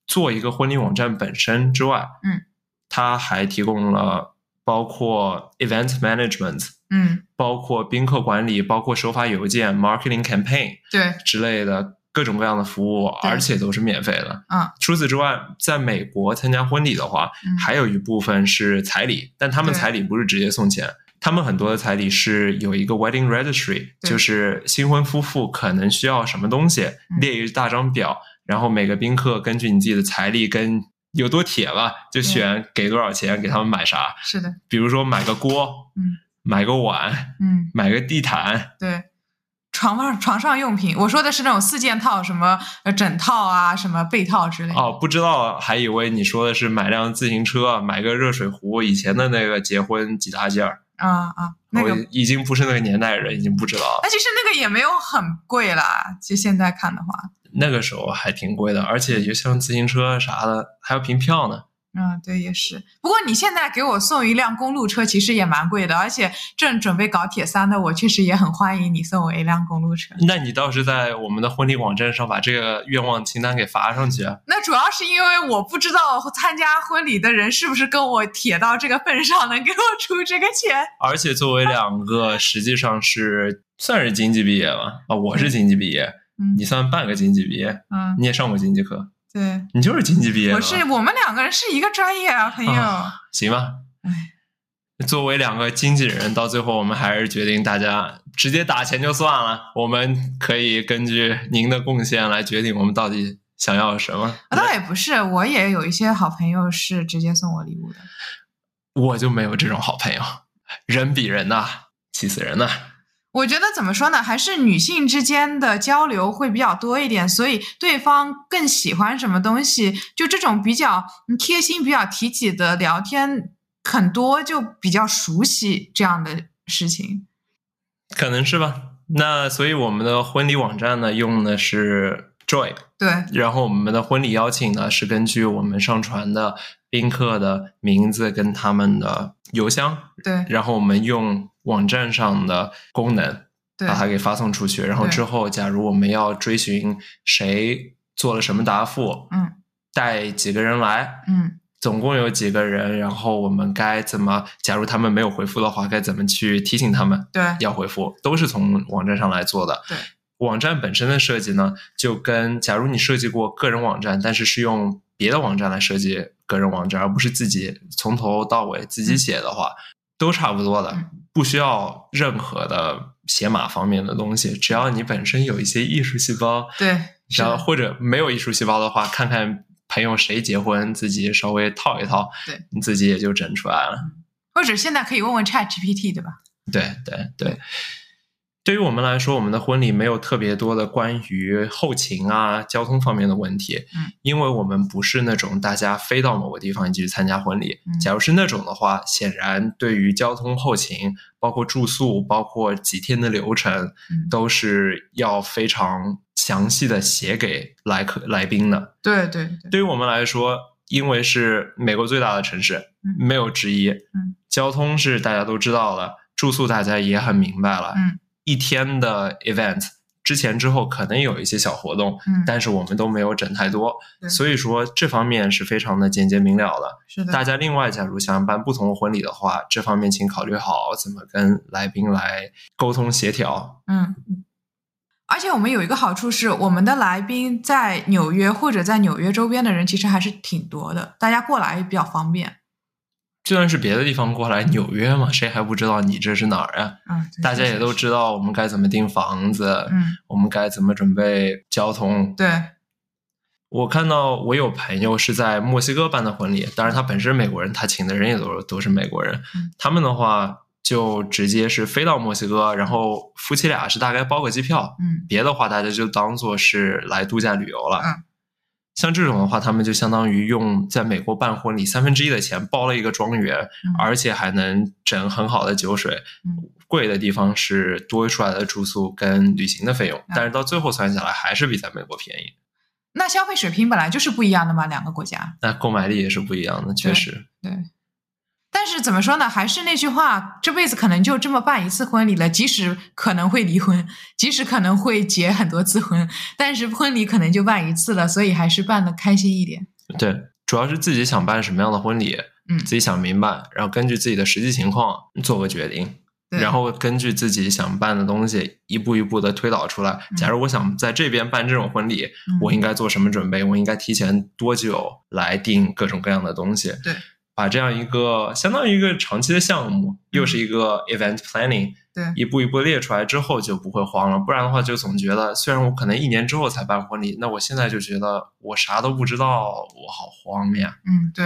S3: 做一个婚礼网站本身之外，
S2: 嗯，
S3: 它还提供了包括 event management、
S2: 嗯，
S3: 包括宾客管理、包括首发邮件、marketing campaign
S2: 对，
S3: 之类的各种各样的服务，
S2: 对
S3: 而且都是免费的。
S2: 嗯，
S3: 除此之外，在美国参加婚礼的话，
S2: 嗯
S3: 还有一部分是彩礼，但他们
S2: 对
S3: 彩礼不是直接送钱，他们很多的彩礼是有一个 wedding registry，
S2: 对
S3: 就是新婚夫妇可能需要什么东西，
S2: 嗯
S3: 列一大张表，然后每个宾客根据你自己的财力跟有多铁吧，就选给多少钱给他们买啥，
S2: 是的，
S3: 比如说买个锅，
S2: 嗯，
S3: 买个碗，
S2: 嗯。
S3: 买个地毯，
S2: 对，床上床上用品，我说的是那种四件套，什么呃枕套啊，什么被套之类的。
S3: 哦，不知道，还以为你说的是买辆自行车，买个热水壶，以前的那个结婚几大件儿。
S2: 啊啊，那个，哎
S3: 我已经不是那个年代人，已经不知道了。
S2: 那其实那个也没有很贵啦，就现在看的话，
S3: 那个时候还挺贵的，而且就像自行车啥的还要凭票呢。
S2: 嗯，对，也是。不过你现在给我送一辆公路车，其实也蛮贵的，而且正准备搞铁三的我，确实也很欢迎你送我一辆公路车。
S3: 那你倒是在我们的婚礼网站上把这个愿望清单给发上去啊。
S2: 那主要是因为我不知道参加婚礼的人是不是跟我铁到这个份上，能给我出这个钱。
S3: 而且作为两个实际上是算是经济毕业吧，啊，我是经济毕业，
S2: 嗯
S3: 你算半个经济毕业，
S2: 嗯，
S3: 你也上过经济课，
S2: 对，
S3: 你就是经济毕业
S2: 我
S3: 嘛。
S2: 是我们两个人是一个专业啊，朋友。
S3: 啊行吧。
S2: 唉
S3: 作为两个经纪人，到最后我们还是决定大家直接打钱就算了。我们可以根据您的贡献来决定我们到底想要什么。
S2: 啊倒也不是，我也有一些好朋友是直接送我礼物的。
S3: 我就没有这种好朋友，人比人呐、气死人呐、
S2: 我觉得怎么说呢，还是女性之间的交流会比较多一点，所以对方更喜欢什么东西，就这种比较嗯贴心、比较体己的聊天，很多就比较熟悉这样的事情。
S3: 可能是吧。那所以我们的婚礼网站呢，用的是 Joy，
S2: 对，
S3: 然后我们的婚礼邀请呢是根据我们上传的宾客的名字跟他们的邮箱，
S2: 对，
S3: 然后我们用网站上的功能
S2: 对
S3: 把，它给发送出去，然后
S2: 对
S3: 之后假如我们要追寻谁做了什么答复，
S2: 嗯，
S3: 带几个人来，
S2: 嗯，
S3: 总共有几个人，然后我们该怎么？假如他们没有回复的话，该怎么去提醒他们
S2: 对，
S3: 要回复？都是从网站上来做的。
S2: 对，
S3: 网站本身的设计呢，就跟假如你设计过个人网站，但是是用别的网站来设计个人网站，而不是自己从头到尾自己写的话，都差不多的
S2: 嗯，
S3: 不需要任何的写码方面的东西，只要你本身有一些艺术细胞，
S2: 对，是
S3: 然后
S2: 的
S3: 或者没有艺术细胞的话，看看朋友谁结婚，自己稍微套一套，
S2: 对，
S3: 你自己也就整出来了。
S2: 或者现在可以问问 Chat GPT，对吧？
S3: 对对对。对于我们来说，我们的婚礼没有特别多的关于后勤啊、交通方面的问题，
S2: 嗯，
S3: 因为我们不是那种大家飞到某个地方一起去参加婚礼。
S2: 嗯
S3: 假如是那种的话，显然对于交通后勤，包括住宿，包括几天的流程，
S2: 嗯
S3: 都是要非常详细的写给来客来宾的。
S2: 对对对，
S3: 对于我们来说，因为是美国最大的城市，
S2: 嗯
S3: 没有之一。
S2: 嗯
S3: 交通是大家都知道了，住宿大家也很明白了。
S2: 嗯，
S3: 一天的 event 之前之后可能有一些小活动，
S2: 嗯，
S3: 但是我们都没有整太多，
S2: 对
S3: 所以说这方面是非常的简洁明了的。
S2: 是
S3: 大
S2: 的，
S3: 家另外，假如想办不同的婚礼的话，这方面请考虑好怎么跟来宾来沟通协调。
S2: 嗯。而且我们有一个好处是，我们的来宾在纽约或者在纽约周边的人其实还是挺多的，大家过来也比较方便。
S3: 就算是别的地方过来，纽约嘛，谁还不知道你这是哪儿呀、啊
S2: 嗯，对
S3: 大家
S2: 是
S3: 也
S2: 是
S3: 都
S2: 是
S3: 知道我们该怎么订房子，
S2: 嗯，
S3: 我们该怎么准备交通。
S2: 对，
S3: 我看到我有朋友是在墨西哥办的婚礼，当然他本身美国人，他请的人也都都是美国人
S2: 嗯。
S3: 他们的话就直接是飞到墨西哥，然后夫妻俩是大概包个机票，
S2: 嗯
S3: 别的话大家就当做是来度假旅游了。
S2: 嗯
S3: 像这种的话，他们就相当于用在美国办婚礼三分之一的钱包了一个庄园，
S2: 嗯
S3: 而且还能整很好的酒水。
S2: 嗯
S3: 贵的地方是多出来的住宿跟旅行的费
S2: 嗯
S3: 用，但是到最后算下来还是比在美国便宜。
S2: 那消费水平本来就是不一样的嘛，两个国家。
S3: 那购买力也是不一样的，确实。
S2: 但是怎么说呢？还是那句话，这辈子可能就这么办一次婚礼了。即使可能会离婚，即使可能会结很多次婚，但是婚礼可能就办一次了，所以还是办的开心一点。
S3: 对，主要是自己想办什么样的婚礼，
S2: 嗯
S3: 自己想明白，然后根据自己的实际情况做个决定，
S2: 对
S3: 然后根据自己想办的东西一步一步的推导出来。
S2: 嗯
S3: 假如我想在这边办这种婚礼，
S2: 嗯
S3: 我应该做什么准备？我应该提前多久来定各种各样的东西？
S2: 对，
S3: 把这样一个相当于一个长期的项目，又是一个 event planning，
S2: 嗯对
S3: 一步一步列出来之后就不会慌了。不然的话，就总觉得虽然我可能一年之后才办婚礼，那我现在就觉得我啥都不知道，我好慌呀。
S2: 嗯对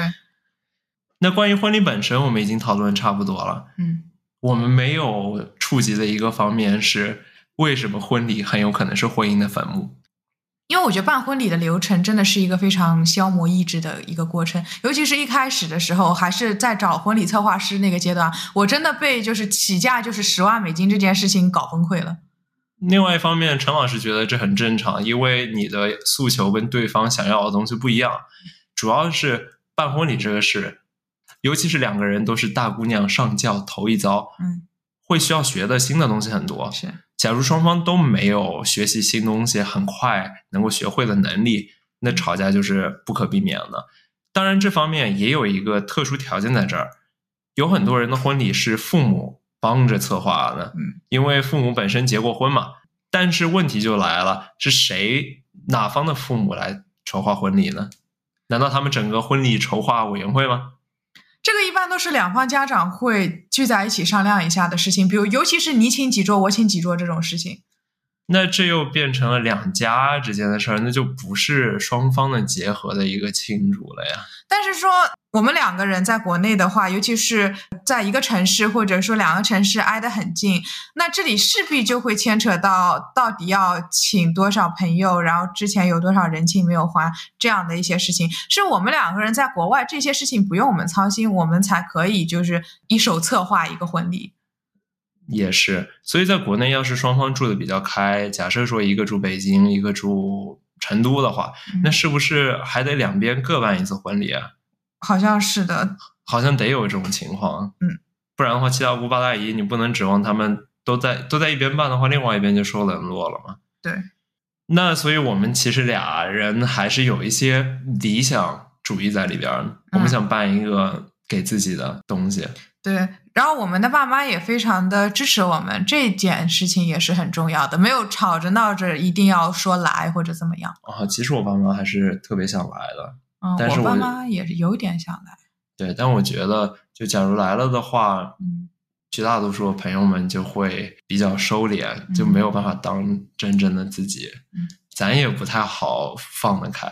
S3: 那关于婚礼本身，我们已经讨论差不多了。
S2: 嗯
S3: 我们没有触及的一个方面是，为什么婚礼很有可能是婚姻的坟墓？
S2: 因为我觉得办婚礼的流程真的是一个非常消磨意志的一个过程，尤其是一开始的时候，还是在找婚礼策划师那个阶段，我真的被就是起价就是十万美金这件事情搞崩溃了。
S3: 另外一方面，陈老师觉得这很正常，因为你的诉求跟对方想要的东西不一样。主要是办婚礼这个事，尤其是两个人都是大姑娘上轿头一遭，
S2: 嗯，
S3: 会需要学的新的东西很多。
S2: 是
S3: 假如双方都没有学习新东西很快能够学会的能力，那吵架就是不可避免的。当然，这方面也有一个特殊条件在这儿，有很多人的婚礼是父母帮着策划的，
S2: 嗯，
S3: 因为父母本身结过婚嘛。但是问题就来了，是谁哪方的父母来筹划婚礼呢？难道他们整个婚礼筹划委员会吗？
S2: 这个一般都是两方家长会聚在一起商量一下的事情，比如尤其是你请几桌，我请几桌这种事情。
S3: 那这又变成了两家之间的事儿，那就不是双方的结合的一个庆祝了呀。
S2: 但是说我们两个人在国内的话，尤其是在一个城市，或者说两个城市挨得很近，那这里势必就会牵扯到到底要请多少朋友，然后之前有多少人情没有还这样的一些事情，是我们两个人在国外这些事情不用我们操心，我们才可以就是一手策划一个婚礼。嗯
S3: 也是，所以在国内，要是双方住的比较开，假设说一个住北京，一个住成都的话，
S2: 嗯
S3: 那是不是还得两边各办一次婚礼啊？
S2: 好像是的，
S3: 好像得有这种情况，
S2: 嗯，
S3: 不然的话，七大姑八大姨，你不能指望他们都在都在一边办的话，另外一边就受冷落了嘛。
S2: 对，
S3: 那所以我们其实俩人还是有一些理想主义在里边儿的，
S2: 嗯
S3: 我们想办一个给自己的东西，
S2: 对，然后我们的爸妈也非常的支持我们，这件事情也是很重要的，没有吵着闹着一定要说来或者怎么样。
S3: 啊，其实我爸妈还是特别想来的，
S2: 嗯，
S3: 但是
S2: 我爸
S3: 我
S2: 妈也是有点想来，
S3: 对，但我觉得，就假如来了的话，
S2: 嗯，
S3: 绝大多数的朋友们就会比较收敛，就没有办法当真正的自己。
S2: 嗯
S3: 咱也不太好放得开。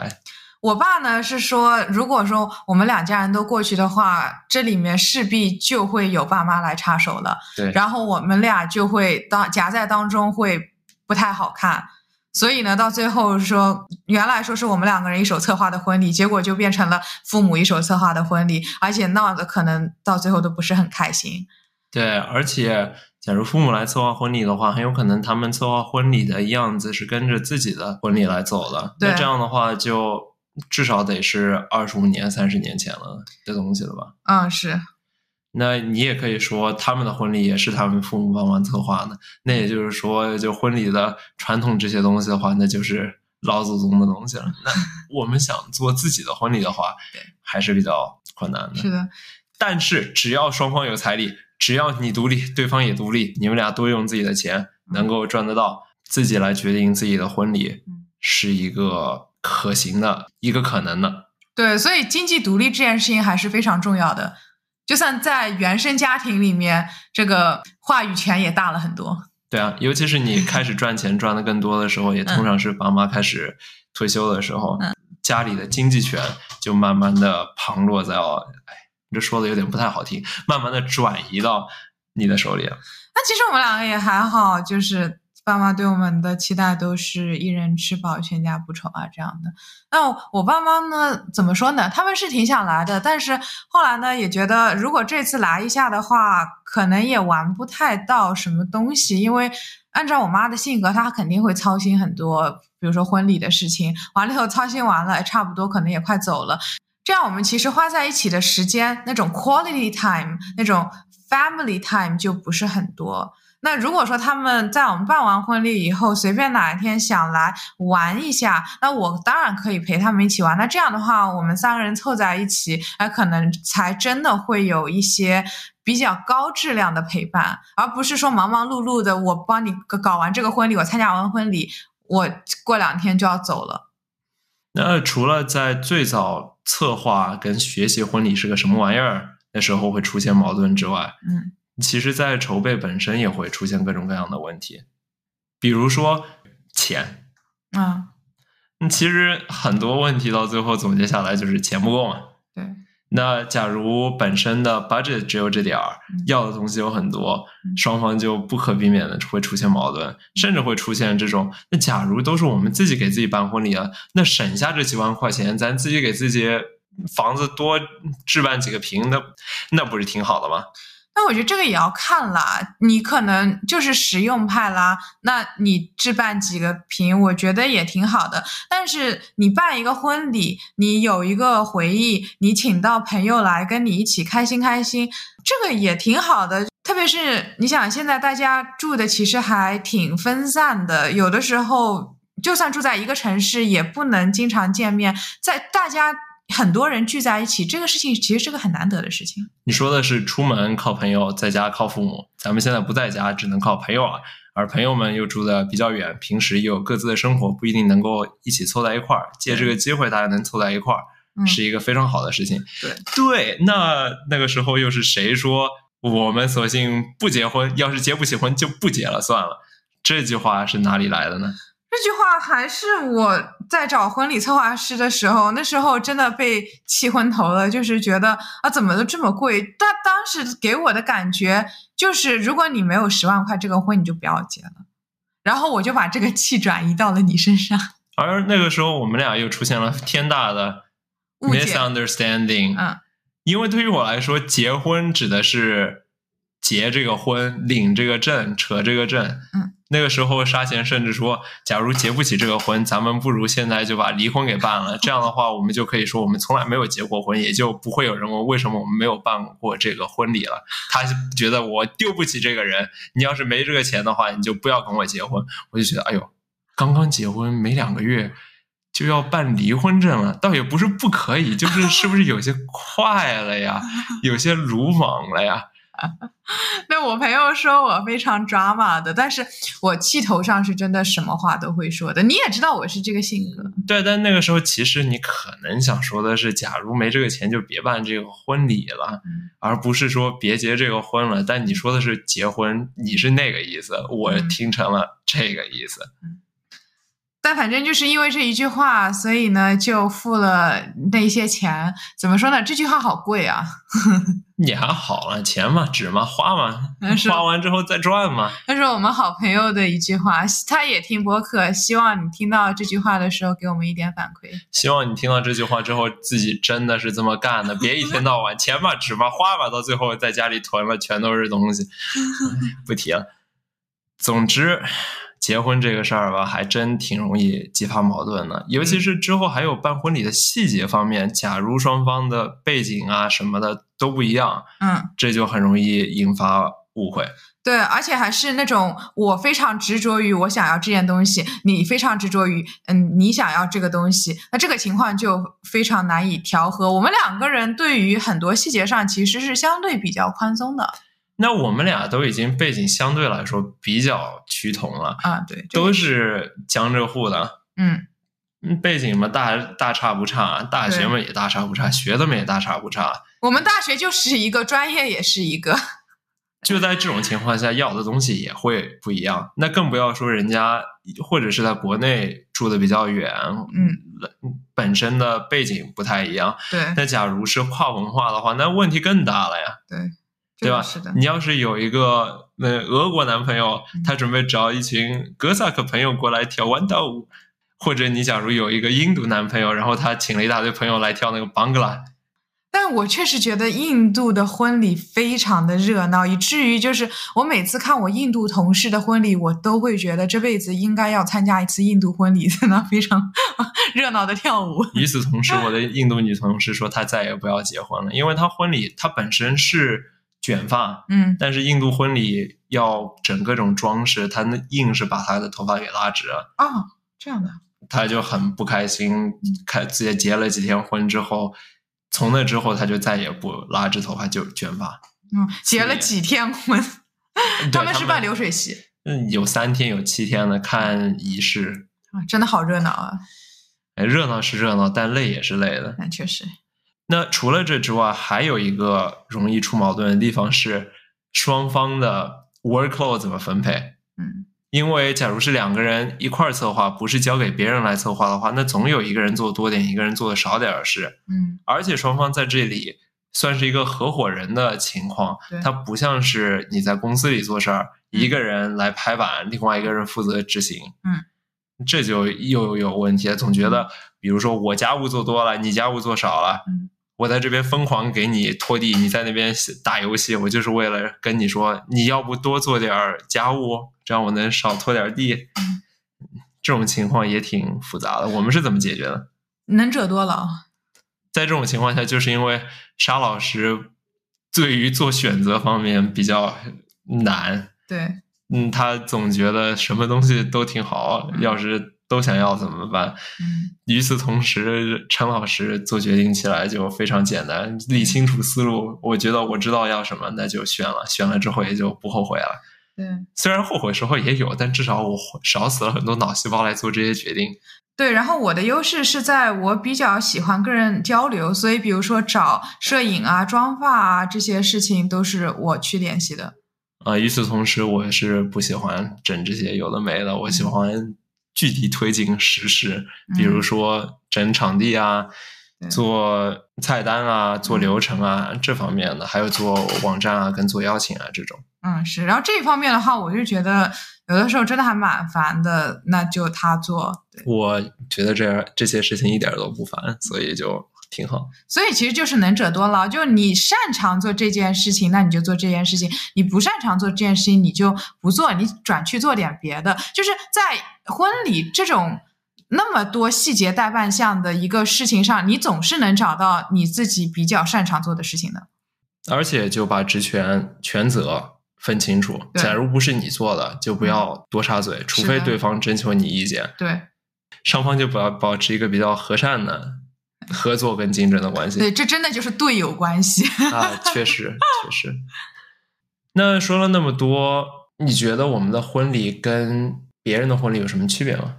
S2: 我爸呢是说，如果说我们两家人都过去的话，这里面势必就会有爸妈来插手了，
S3: 对，
S2: 然后我们俩就会当夹在当中会不太好看。所以呢，到最后说，原来说是我们两个人一手策划的婚礼，结果就变成了父母一手策划的婚礼，而且闹得可能到最后都不是很开心。
S3: 对，而且假如父母来策划婚礼的话，很有可能他们策划婚礼的样子是跟着自己的婚礼来走的。
S2: 对
S3: 那这样的话，就至少得是二十五年、三十年前了的东西了吧？
S2: 嗯，是，
S3: 那你也可以说，他们的婚礼也是他们父母帮忙策划的。那也就是说，就婚礼的传统这些东西的话，那就是老祖宗的东西了。那
S2: [LAUGHS]
S3: 我们想做自己的婚礼的话
S2: 对，
S3: 还是比较困难
S2: 是
S3: 的。
S2: 的，
S3: 但是只要双方有财力，只要你独立，对方也独立，你们俩都用自己的
S2: 嗯
S3: 钱，能够赚得到，自己来决定自己的婚礼
S2: 嗯，
S3: 是一个可行的，一个可能的。
S2: 对，所以经济独立这件事情还是非常重要的。就算在原生家庭里面，这个话语权也大了很多。
S3: 对啊，尤其是你开始赚钱赚的更多的时候，也通常是爸妈开始退休的时候，家里的经济权就慢慢的旁落在哦，哎，这说的有点不太好听，慢慢的转移到你的手里了。
S2: 那其实我们两个也还好，就是爸妈对我们的期待都是一人吃饱全家不愁啊这样的。那我爸妈呢，怎么说呢？他们是挺想来的，但是后来呢，也觉得如果这次来一下的话，可能也玩不太到什么东西，因为按照我妈的性格，她肯定会操心很多，比如说婚礼的事情，完了以后操心完了，哎差不多可能也快走了。这样我们其实花在一起的时间，那种 quality time，那种 family time 就不是很多。那如果说他们在我们办完婚礼以后，随便哪一天想来玩一下，那我当然可以陪他们一起玩。那这样的话，我们三个人凑在一起，哎，可能才真的会有一些比较高质量的陪伴，而不是说忙忙碌碌的，我帮你搞完这个婚礼，我参加完婚礼，我过两天就要走了。
S3: 那除了在最早策划跟学习婚礼是个什么玩意儿那时候会出现矛盾之外，
S2: 嗯，
S3: 其实，在筹备本身也会出现各种各样的问题，比如说钱。
S2: 啊，
S3: 嗯，其实很多问题到最后总结下来就是钱不够嘛。
S2: 对。
S3: 那假如本身的 budget 只有这点儿
S2: 嗯，
S3: 要的东西有很多
S2: 嗯，
S3: 双方就不可避免的会出现矛盾，甚至会出现这种。那假如都是我们自己给自己办婚礼了，那省下这几万块钱，咱自己给自己房子多置办几个平，那那不是挺好的吗？
S2: 那我觉得这个也要看啦，你可能就是实用派啦，那你置办几个瓶，我觉得也挺好的。但是你办一个婚礼，你有一个回忆，你请到朋友来跟你一起开心开心，这个也挺好的。特别是你想，现在大家住的其实还挺分散的，有的时候就算住在一个城市，也不能经常见面，在大家。很多人聚在一起，这个事情其实是个很难得的事情。
S3: 你说的是出门靠朋友，在家靠父母。咱们现在不在家，只能靠朋友啊。而朋友们又住的比较远，平时又有各自的生活，不一定能够一起凑在一块儿。借这个机会，大家能凑在一块儿，
S2: 嗯
S3: 是一个非常好的事情。
S2: 对
S3: 对，那那个时候又是谁说我们索性不结婚？要是结不起婚就不结了，算了。这句话是哪里来的呢？
S2: 这句话还是我在找婚礼策划师的时候，那时候真的被气昏头了，就是觉得啊，怎么都这么贵？但当时给我的感觉就是，如果你没有十万块，这个婚你就不要结了。然后我就把这个气转移到了你身上，
S3: 而那个时候，我们俩又出现了天大的
S2: 误解
S3: misunderstanding。
S2: 嗯，
S3: 因为对于我来说，结婚指的是结这个婚、领这个证、扯这个证。
S2: 嗯，
S3: 那个时候沙贤甚至说，假如结不起这个婚，咱们不如现在就把离婚给办了。这样的话，我们就可以说我们从来没有结过婚，也就不会有人问为什么我们没有办过这个婚礼了。他觉得我丢不起这个人，你要是没这个钱的话，你就不要跟我结婚。我就觉得，哎呦，刚刚结婚没两个月。就要办离婚证了，倒也不是不
S2: [LAUGHS]
S3: 可以，就是是不是有些快了呀，有些鲁莽了呀？
S2: 那我朋友说我非常 drama 的，但是我气头上是真的什么话都会说的。你也知道我是这个性格，
S3: 对，但那个时候其实你可能想说的是，假如没这个钱就别办这个婚礼了，
S2: 嗯
S3: 而不是说别结这个婚了。但你说的是结婚，你是那个意思，我
S2: 嗯
S3: 听成了这个意思。
S2: 但反正就是因为这一句话，所以呢就付了那些钱。怎么说呢？这句话好贵啊！
S3: 也还好了，钱嘛，纸嘛，花嘛
S2: 嗯，是
S3: 花完之后再赚嘛。
S2: 这是我们好朋友的一句话，他也听播客，希望你听到这句话的时候给我们一点反馈。
S3: 希望你听到这句话之后，自己真的是这么干的，别一天到晚钱吧、纸吧、花吧，到最后在家里囤了全都是东西。哎不提了。总之，结婚这个事儿吧，还真挺容易激发矛盾的，尤其是之后还有办婚礼的细节方面，假如双方的背景啊什么的都不一样，
S2: 嗯，
S3: 这就很容易引发误会。
S2: 对，而且还是那种我非常执着于我想要这件东西，你非常执着于嗯你想要这个东西，那这个情况就非常难以调和。我们两个人对于很多细节上其实是相对比较宽松的
S3: 那我们俩都已经背景相对来说比较趋同了，
S2: 啊，对，这个
S3: 都是江浙沪的，
S2: 嗯。
S3: 嗯，背景嘛，大大差不差，大学
S2: 对
S3: 嘛也大差不差，学的嘛也大差不差。
S2: 我们大学就是一个，专业也是一个。
S3: 就在这种情况下，要的东西也会不一样。那更不要说人家或者是在国内住的比较远，
S2: 嗯，
S3: 本身的背景不太一样。
S2: 对
S3: 那假如是跨文化的话，那问题更大了呀。对吧？
S2: 是的，
S3: 你要是有一个呃俄国男朋友
S2: 嗯，
S3: 他准备找一群哥萨克朋友过来跳弯道舞，或者你假如有一个印度男朋友，然后他请了一大堆朋友来跳那个邦格拉，
S2: 但我确实觉得印度的婚礼非常的热闹，以至于就是我每次看我印度同事的婚礼，我都会觉得这辈子应该要参加一次印度婚礼，在那非常 [LAUGHS] 热闹的跳舞。 [LAUGHS]
S3: 与此同时，我的印度女同事说她再也不要结婚了，因为她婚礼她本身是卷发，
S2: 嗯
S3: 但是印度婚礼要整各种装饰，她那硬是把她的头发给拉直了，
S2: 哦，这样的，
S3: 她就很不开
S2: 嗯
S3: 心。开自己结了几天婚之后，从那之后她就再也不拉直头发就卷发。
S2: 嗯，结了
S3: 年
S2: 几天婚，
S3: 对
S2: 他们是办流水席
S3: 嗯，有三天有七天的看仪式，
S2: 啊，真的好热闹啊！
S3: 哎热闹是热闹，但累也是累的。
S2: 那确实，
S3: 那除了这之外，还有一个容易出矛盾的地方是双方的 workload 怎么分配。
S2: 嗯，
S3: 因为假如是两个人一块儿策划，不是交给别人来策划的话，那总有一个人做多点，一个人做的少点儿的事。
S2: 嗯，
S3: 而且双方在这里算是一个合伙人的情况
S2: 对，
S3: 它不像是你在公司里做事儿，
S2: 嗯
S3: 一个人来拍板，另外一个人负责执行。
S2: 嗯，
S3: 这就又有问题了，总觉得比如说我家务做多了，你家务做少了，
S2: 嗯
S3: 我在这边疯狂给你拖地，你在那边打游戏，我就是为了跟你说，你要不多做点儿家务，这样我能少拖点儿地。
S2: 嗯
S3: 这种情况也挺复杂的，我们是怎么解决的？
S2: 能者多劳。
S3: 在这种情况下，就是因为沙老师对于做选择方面比较难，
S2: 对，
S3: 嗯，他总觉得什么东西都挺好，
S2: 嗯
S3: 要是都想要怎么办？
S2: 嗯，
S3: 与此同时，陈老师做决定起来就非常简单，理清楚思路。我觉得我知道要什么，那就选了，选了之后也就不后悔了。
S2: 对
S3: 虽然后悔时候也有，但至少我少死了很多脑细胞来做这些决定。
S2: 对。然后我的优势是在我比较喜欢跟人交流，所以比如说找摄影啊、妆发啊这些事情都是我去联系的。
S3: 啊、与此同时，我是不喜欢整这些有的没的，我喜
S2: 嗯
S3: 欢具体推进实施，比如说整场地啊、
S2: 对嗯
S3: 做菜单啊、做流程啊、这方面的，还有做网站啊、跟做邀请啊这种。
S2: 嗯，是。然后这一方面的话，我就觉得有的时候真的还蛮烦的，那就他做。对，
S3: 我觉得这样这些事情一点都不烦，所以就挺好。
S2: 所以其实就是能者多劳，就是你擅长做这件事情，那你就做这件事情；你不擅长做这件事情，你就不做，你转去做点别的。就是在婚礼这种那么多细节代办项的一个事情上，你总是能找到你自己比较擅长做的事情的。
S3: 而且就把职权权责分清楚，
S2: 对嗯
S3: 假如不是你做的，就不要多插嘴，除非对方征求你意见，
S2: 对
S3: 双方就保保持一个比较和善的合作跟竞争的关系。
S2: 对，这真的就是队友关系。
S3: 啊，确实确实。那说了那么多，你觉得我们的婚礼跟别人的婚礼有什么区别吗？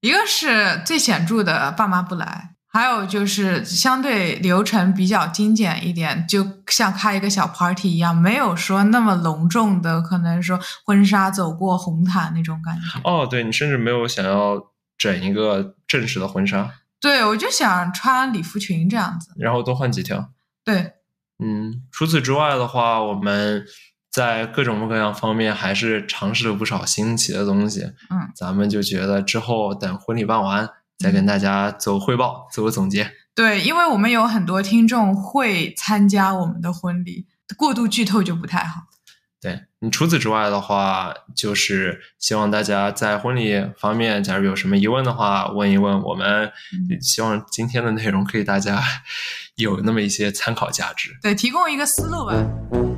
S2: 一个是最显著的爸妈不来，还有就是相对流程比较精简一点，就像开一个小 party 一样，没有说那么隆重的，可能说婚纱走过红毯那种感觉。
S3: 哦，对你甚至没有想要整一个正式的婚纱，
S2: 对，我就想穿礼服裙这样子。
S3: 然后多换几条。
S2: 对，
S3: 嗯，除此之外的话，我们在各种各样方面还是尝试了不少新奇的东西。
S2: 嗯，
S3: 咱们就觉得之后等婚礼办完，再跟大家做汇报、做个总结。
S2: 对，因为我们有很多听众会参加我们的婚礼，过度剧透就不太好。
S3: 对你，除此之外的话，就是希望大家在婚礼方面，假如有什么疑问的话，问一问我们。
S2: 嗯
S3: 希望今天 [LAUGHS] 的内容可以大家有那么一些参考价值。
S2: 对，提供一个思路吧。